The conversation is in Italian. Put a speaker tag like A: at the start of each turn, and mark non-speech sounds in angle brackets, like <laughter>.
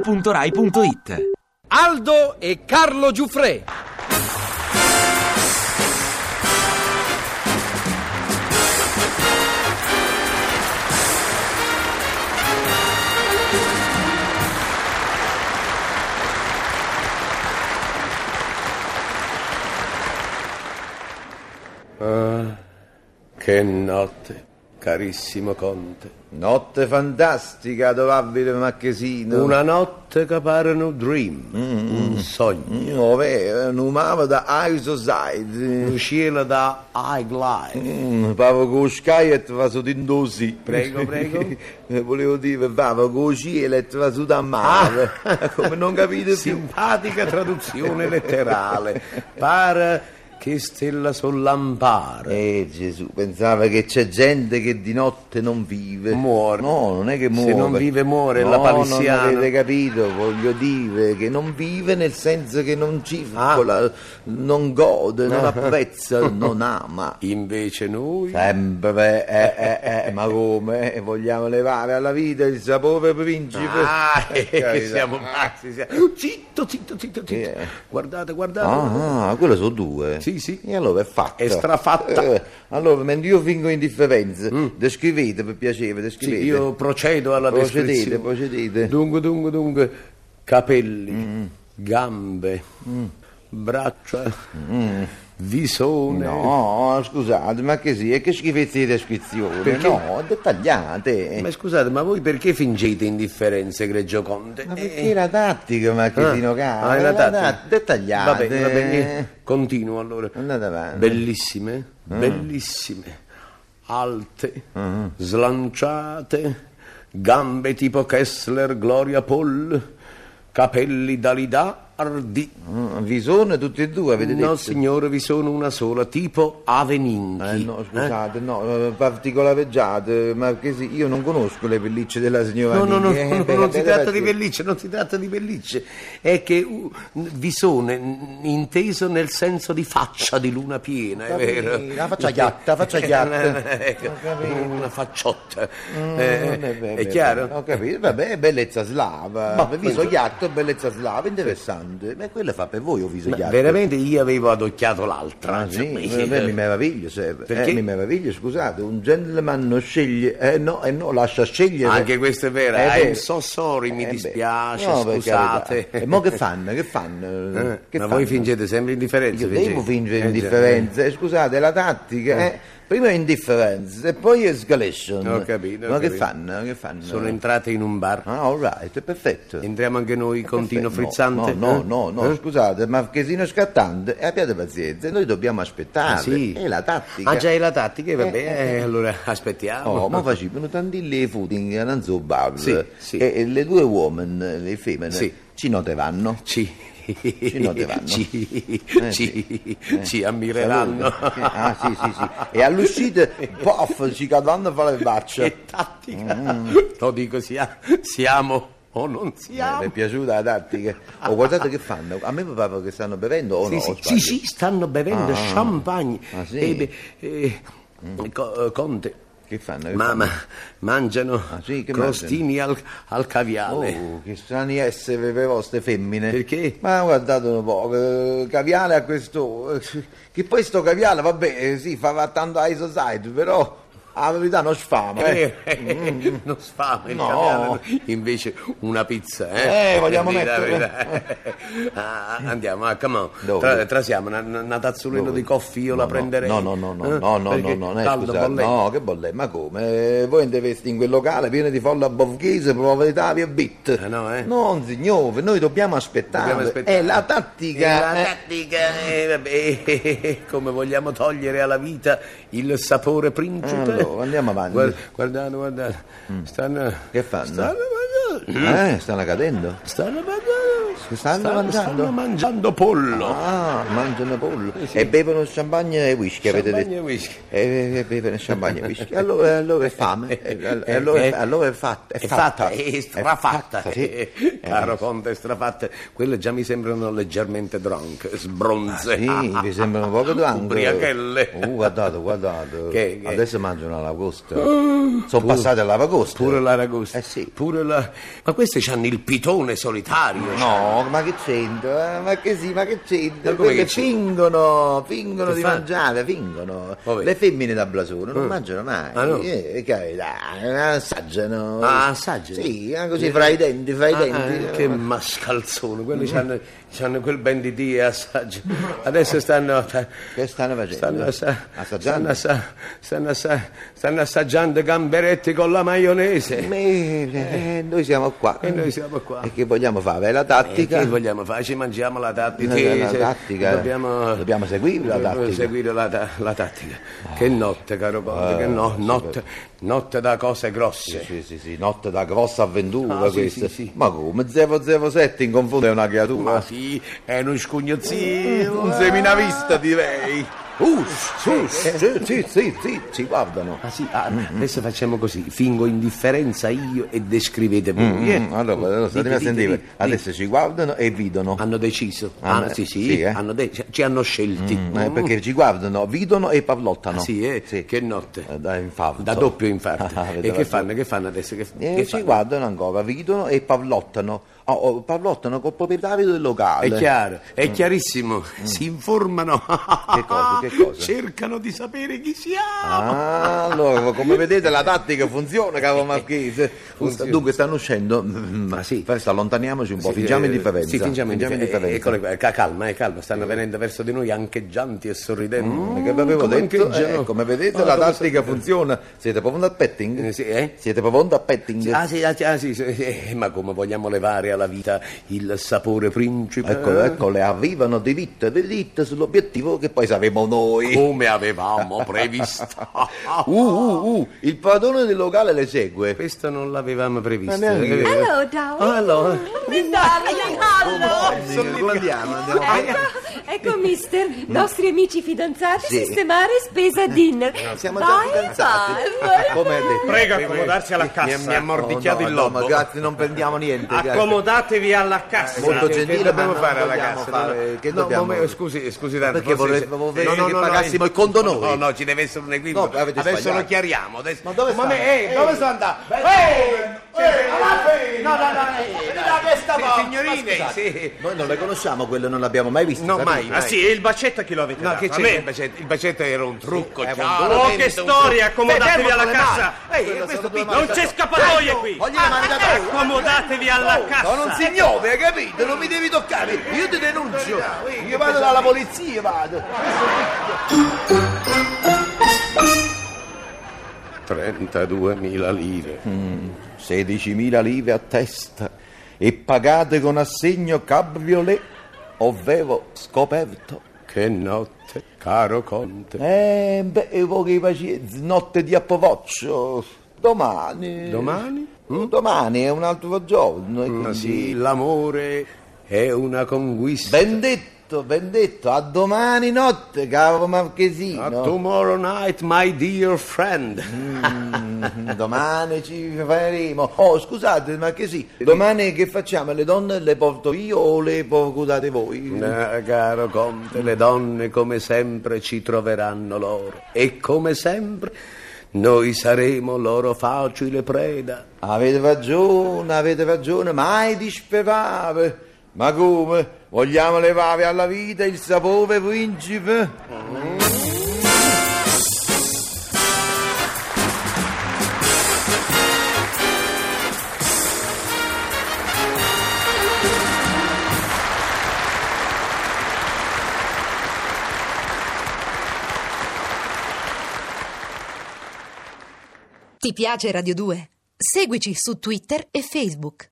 A: radio2pod.rai.it
B: Aldo e Carlo Giuffre.
C: Che notte, carissimo Conte.
D: Notte fantastica, adorabile Marchesino.
C: Una notte che pare un dream, un sogno.
D: No, vero, numava da High Society.
C: Un cielo da high glide.
D: Mm, Pavo con Sky e va su d'indossi.
C: Prego, prego.
D: Eh, <laughs> Volevo dire, Pavo con cielo e va su da mare. <laughs> Come
C: <laughs>
D: non capite più.
C: Ah! Simpatica traduzione letterale.
D: <laughs>
C: Pare che stella sollampare.
D: Eh Gesù, pensava che c'è gente che di notte non vive.
C: Muore.
D: No, non è che muore.
C: non vive muore,
D: no,
C: la palissiana.
D: Non avete capito, voglio dire che non vive nel senso che non circola,
C: Ah.
D: non gode, non apprezza,
C: <laughs>
D: non ama.
C: Invece noi...
D: Sempre, eh, eh, eh, ma come? Eh, Vogliamo levare alla vita il sapore principe? <laughs>
C: Ah, eh, che
D: Carità.
C: siamo pazzi. siamo- Zitto, zitto, zitto, zitto.
D: Che è?
C: Guardate, guardate.
D: eh. Ah, ah, quelle sono due.
C: Sì, sì.
D: E allora è fatta.
C: È strafatta. Mm.
D: Eh, allora, mentre io fingo indifferenza, descrivete per piacere,
C: Sì,
D: descrivete.
C: io procedo alla
D: Procedete,
C: descrizione.
D: procedete.
C: Dunque, dunque, dunque, capelli, gambe,
D: Mm.
C: braccia, visone.
D: No, scusate, ma che sì, e che schifezze di descrizione?
C: Perché?
D: No, dettagliate.
C: Ma scusate, ma voi perché fingete indifferenza, egregio Conte?
D: Ma
C: Eh,
D: perché la tattica, Marchettino caro?
C: ah, è la tattica.
D: dat- Dettagliate.
C: Va bene, va bene. Continuo allora.
D: Andate avanti. Mm.
C: Bellissime, bellissime, alte,
D: Mm-hmm.
C: slanciate, gambe tipo Kessler, Gloria Paul, capelli Dalida, Ardi.
D: Mm, Vi sono tutti e due, avete
C: No,
D: detto?
C: signore, vi sono una sola, tipo Aveninchi.
D: Eh, no, scusate, no, eh, particolareggiate, ma che sì, io non conosco le pellicce della signora
C: No, no, no,
D: Nini, eh,
C: no,
D: per-
C: non si
D: per-
C: tratta di
D: perché-
C: pellicce, non si tratta di pellicce. È che uh, visone, n- inteso nel senso di faccia di luna piena, è
D: Capì,
C: vero?
D: la faccia chiatta, la
C: <laughs>
D: faccia chiatta. Mm,
C: Ecco, una facciotta. Eh,
D: Non è vero.
C: è chiaro?
D: Ho capito, vabbè, bellezza slava.
C: Ma-
D: viso ghiatto e bellezza slava, interessante. Ma quella fa per voi, ho viso
C: Ma
D: ghiatto.
C: veramente io avevo adocchiato l'altra. cioè,
D: Ah, sì,
C: insomma,
D: eh, beh, mi meraviglio, se-
C: certo. Perché?
D: eh, mi meraviglio, scusate, un gentleman non sceglie, eh no, eh no, lascia
C: <laughs>
D: scegliere.
C: Anche questo è vero.
D: Eh,
C: I'm
D: vero.
C: so sorry, mi
D: Eh, beh.
C: dispiace,
D: No, per
C: scusate.
D: carità. E mo che fanno, che
C: <laughs>
D: fanno?
C: Eh,
D: Che
C: ma voi
D: fanno?
C: fingete sempre indifferenza.
D: Io
C: fingete.
D: devo fingere
C: Eh, già,
D: indifferenza, eh, scusate, la tattica è prima è indifferenza e poi escalation.
C: Ho capito, ho
D: Ma che
C: capito.
D: fanno? Che fanno?
C: Sono entrate in un bar.
D: Ah, all right, perfetto.
C: Entriamo anche noi, contino
D: Eh, Perfetto.
C: frizzante?
D: No,
C: Eh?
D: no, no, no, scusate, marchesino scattante, e abbiate pazienza, noi dobbiamo aspettare.
C: Ah, sì.
D: È la tattica.
C: Ah, già è la tattica, vabbè, eh, allora aspettiamo.
D: Oh, ma facevano tantille footing, non so Babs.
C: Sì, sì.
D: E, e le due uomini, le femmine,
C: Sì.
D: ci notevano.
C: Ci. Ci
D: noteranno.
C: Ci,
D: Eh,
C: ci, ci ammireranno.
D: Salute. Ah, sì, sì, sì.
C: <laughs>
D: E all'uscita, pof, ci cadranno a fare le braccia.
C: Che tattica!
D: Mm,
C: Lo dico, sia- siamo o non
D: Eh,
C: siamo.
D: mi è piaciuta la tattica. Oh, guardate che fanno. A me mi pare che stanno bevendo o
C: sì,
D: no?
C: sì,
D: o
C: sì,
D: sbaglio?
C: sì, stanno bevendo champagne.
D: Ah, sì? Mm.
C: Eh, beh, eh, co- eh, Conte.
D: Che fanno? Che
C: Ma,
D: fanno?
C: ma mangiano
D: Eh, Ah, sì, che
C: crostini al, al caviale.
D: Oh, che strani essere per vostre femmine.
C: Perché?
D: Ma guardate un po', eh, caviale a questo. eh, Che poi sto caviale, vabbè, eh, sì, fa tanto high society, però a verità non sfama. Eh.
C: Eh, eh, <laughs> non sfama il
D: No.
C: caviale, invece una pizza eh,
D: Eh, vogliamo
C: Per dire la
D: mettere.
C: verità. Ah, andiamo ah, come on.
D: Dove?
C: Tra- trasiamo una, una tazzolina di coffee io la prenderei
D: No, no, no, no, no, no, no, no, no, eh, scusate,
C: no
D: no, che bolletta, ma come? Eh, Voi andreste in quel locale pieno di folla bovghese, probabilità e bit.
C: Eh, no, eh.
D: No, signore, noi dobbiamo aspettare.
C: Dobbiamo aspettare.
D: È la
C: Eh, la
D: tattica. eh.
C: tattica, eh, vabbè, come vogliamo togliere alla vita il sapore principe?
D: Eh, Allora, andiamo avanti. Mm.
C: Guard- guardate, guardate, stanno...
D: Che fanno?
C: Stanno mangiando,
D: Eh, stanno cadendo.
C: stanno mangiando,
D: Stanno mangiando?
C: stanno mangiando pollo.
D: Ah, mangiano pollo. E bevono champagne e whisky, avete
C: Champagne e
D: detto.
C: whisky.
D: E, e bevono champagne e whisky. Allora, allora è fame.
C: <laughs>
D: E all- e allora, è- allora è fatta.
C: Eh, È fatta, eh, è strafatta.
D: fatta, sì.
C: Eh, <laughs> Caro Conte, è strafatta. Quelle già mi sembrano leggermente drunk, sbronze. <laughs>
D: Ah, Sì, mi sembrano poco tanto.
C: Ubriachelle.
D: Uh, guardate, guardate.
C: <laughs> Che- che-
D: Adesso mangiano l'avagosta. Sono passate all'avagosta.
C: Pure l'aragosta.
D: Eh sì.
C: Pure la... Ma queste hanno il pitone solitario.
D: No, ma che c'entra? Ma che sì, ma che c'entra?
C: Ma come
D: Quelle
C: che c'entra?
D: fingono, fingono
C: Che
D: di
C: fa?
D: mangiare, fingono.
C: Vabbè.
D: Le femmine da blasone non mangiano mai.
C: Ah, no?
D: Eh, carità, assaggiano.
C: Ah, assaggiano?
D: Sì, eh, così fra i denti, fra i
C: Ah,
D: denti.
C: eh, che mascalzone, quelli c'hanno, c'hanno quel ben di Dio assaggio. Adesso stanno,
D: Che stanno facendo?
C: stanno, assa- stanno,
D: Assaggiando.
C: assa- stanno assa- stanno assaggiando gamberetti con la maionese.
D: Bene, eh, noi siamo qua.
C: E noi siamo qua.
D: E che vogliamo fare? È la
C: E
D: tattica.
C: che vogliamo fare? Ci mangiamo la tattica.
D: Eh, la
C: se-
D: tattica.
C: Dobbiamo,
D: Dobbiamo seguire la
C: dobbiamo
D: tattica. Ah.
C: seguire la ta- la tattica. Che notte, caro Conte, che no- notte, notte da cose grosse.
D: Sì, sì, sì, notte da grossa avventura
C: Ah, sì,
D: questa.
C: sì, sì.
D: Ma come 007 in confondo è una creatura?
C: Ma sì, è uno scugnozino.
D: Un seminavista direi. Uh, sì, sì, sì, sì, sì, ci guardano.
C: Ah sì,
D: Mm,
C: ah, adesso facciamo così, fingo indifferenza io e descrivete voi. eh.
D: Mm, allora,
C: Dite,
D: allora, andiamo a
C: dite,
D: sentire.
C: dite, dite.
D: Adesso ci guardano e vedono.
C: Hanno deciso,
D: Ah,
C: Ah, sì, sì,
D: sì, eh.
C: hanno de- ci- ci hanno scelti. Mm,
D: Eh, perché ci guardano, vedono e parlottano.
C: Sì, eh,
D: Ah, Sì.
C: che notte,
D: Eh, Da infarto.
C: da doppio infarto.
D: Ah, <laughs> avete
C: e che
D: ragione.
C: fanno, che fanno adesso? Che,
D: Eh,
C: che
D: ci
C: fanno?
D: guardano ancora, vedono e parlottano. Oh, oh, parlottano col proprietario del locale.
C: È chiaro, è chiarissimo, si informano,
D: Mm. Che cosa, che cosa?
C: <laughs> cercano di sapere chi siamo.
D: Ah, allora, come vedete la tattica
C: <laughs>
D: funziona, cavo Marchese.
C: Funziona.
D: Dunque stanno uscendo. Ma
C: sì.
D: Allontaniamoci un po',
C: Sì,
D: Ah, fingiamo
C: eh,
D: indifferenza.
C: Sì, fingiamo indifferenza. Eh,
D: indifferenza.
C: eccole qua, ca- calma, eh, calma, stanno venendo verso di noi ancheggianti e sorridenti.
D: Perché vi Mm, avevo
C: Eh, Come
D: detto,
C: ancheggiano?
D: eh, come vedete
C: Ah,
D: la
C: come
D: tattica funziona. Siete pronti a petting?
C: Eh, sì, eh?
D: Siete pronti a petting?
C: Ah sì, ah, sì, ah, sì, sì, eh, ma come vogliamo levare alla vita il sapore principale?
D: Ecco, eccole, arrivano diritte, diritte sull'obiettivo che poi saremo noi.
C: Come avevamo previsto.
D: <laughs> Uh, uh, uh, il padrone del locale le segue.
C: Questo non l'avevamo previsto.
D: Ma neanche
C: è vero.
A: Hello,
D: Eh?
A: darling.
C: Ah, allora.
A: Miss Darling, hello.
D: Come andiamo? Andiamo avanti?
A: Ecco,
D: <laughs>
A: ecco, mister, nostri amici fidanzati
D: Mm. Sì. Eh,
A: sistemare spesa dinner.
D: Siamo già
A: Vai,
D: fidanzati.
A: vai.
D: Come ha detto.
E: Prego, accomodarsi alla
C: eh, Mi-
E: cassa.
C: Mi ha mordicchiato
D: No,
C: il
D: Oh, no,
C: lobo.
D: ma grazie, non prendiamo niente.
C: Ah,
D: grazie.
E: Accomodatevi alla cassa.
D: Molto
C: Che- che
D: gentile,
C: dobbiamo
D: ma non
C: fare alla
D: vogliamo
C: cassa?
D: fare-
C: No,
D: che
C: no,
D: dobbiamo-
C: ma- scusi, scusi tanto.
D: Perché
C: forse-
D: volevo vedere che pagassimo il conto noi.
C: No, no, ci deve essere un equivoco.
D: No, avete
C: adesso
D: sbagliato.
C: lo chiariamo. Adesso...
D: Ma dove
C: Ma me-
D: sta?
C: eh, dove sono andato? No, no, no.
D: porta.
C: Signorine, sì.
D: Noi non le conosciamo, quelle non le abbiamo mai viste. Eh,
C: No,
D: sapete?
C: mai.
E: Ah sì, e il bacetto a chi lo avete
C: No,
E: dato?
C: che
E: A me?
C: c'è il bacetto? Il bacetto era un trucco,
D: era un
C: ecco, chiaro.
E: trucco. Oh, che storia, accomodatevi alla cassa.
C: Ehi,
D: Quello
C: questo
D: sono due
C: piccolo...
E: Non c'è scappatoia qui! Ah, eh,
D: voglio le mani da te.
E: Accomodatevi alla
D: Sono un
E: cassa!
D: signore, hai capito? Non mi devi toccare. Io ti denuncio. Io vado dalla polizia, vado.
C: 32.000 lire.
D: 16.000 lire a testa e pagate con assegno cabriolet, ovvero scoperto.
C: Che notte, caro Conte.
D: Eh, beh, e voi che pazienza, notte di appovoccio. Domani.
C: Domani?
D: Mm, Domani è un altro giorno. e
C: Ma
D: quindi-
C: sì, l'amore è una conquista.
D: Ben detto, ben detto, a domani notte, caro Marchesino.
C: A tomorrow night, my dear friend.
D: Mm, domani ci faremo. Oh, scusate, Marchesino, domani che facciamo? Le donne le porto io o le portate voi?
C: Ah, caro Conte, le donne come sempre ci troveranno loro. E come sempre noi saremo loro facile preda.
D: Avete ragione, avete ragione, mai disperare. Ma come? Vogliamo levare alla vita il sapore principe?
F: Ti piace Radio 2? Seguici su Twitter e Facebook.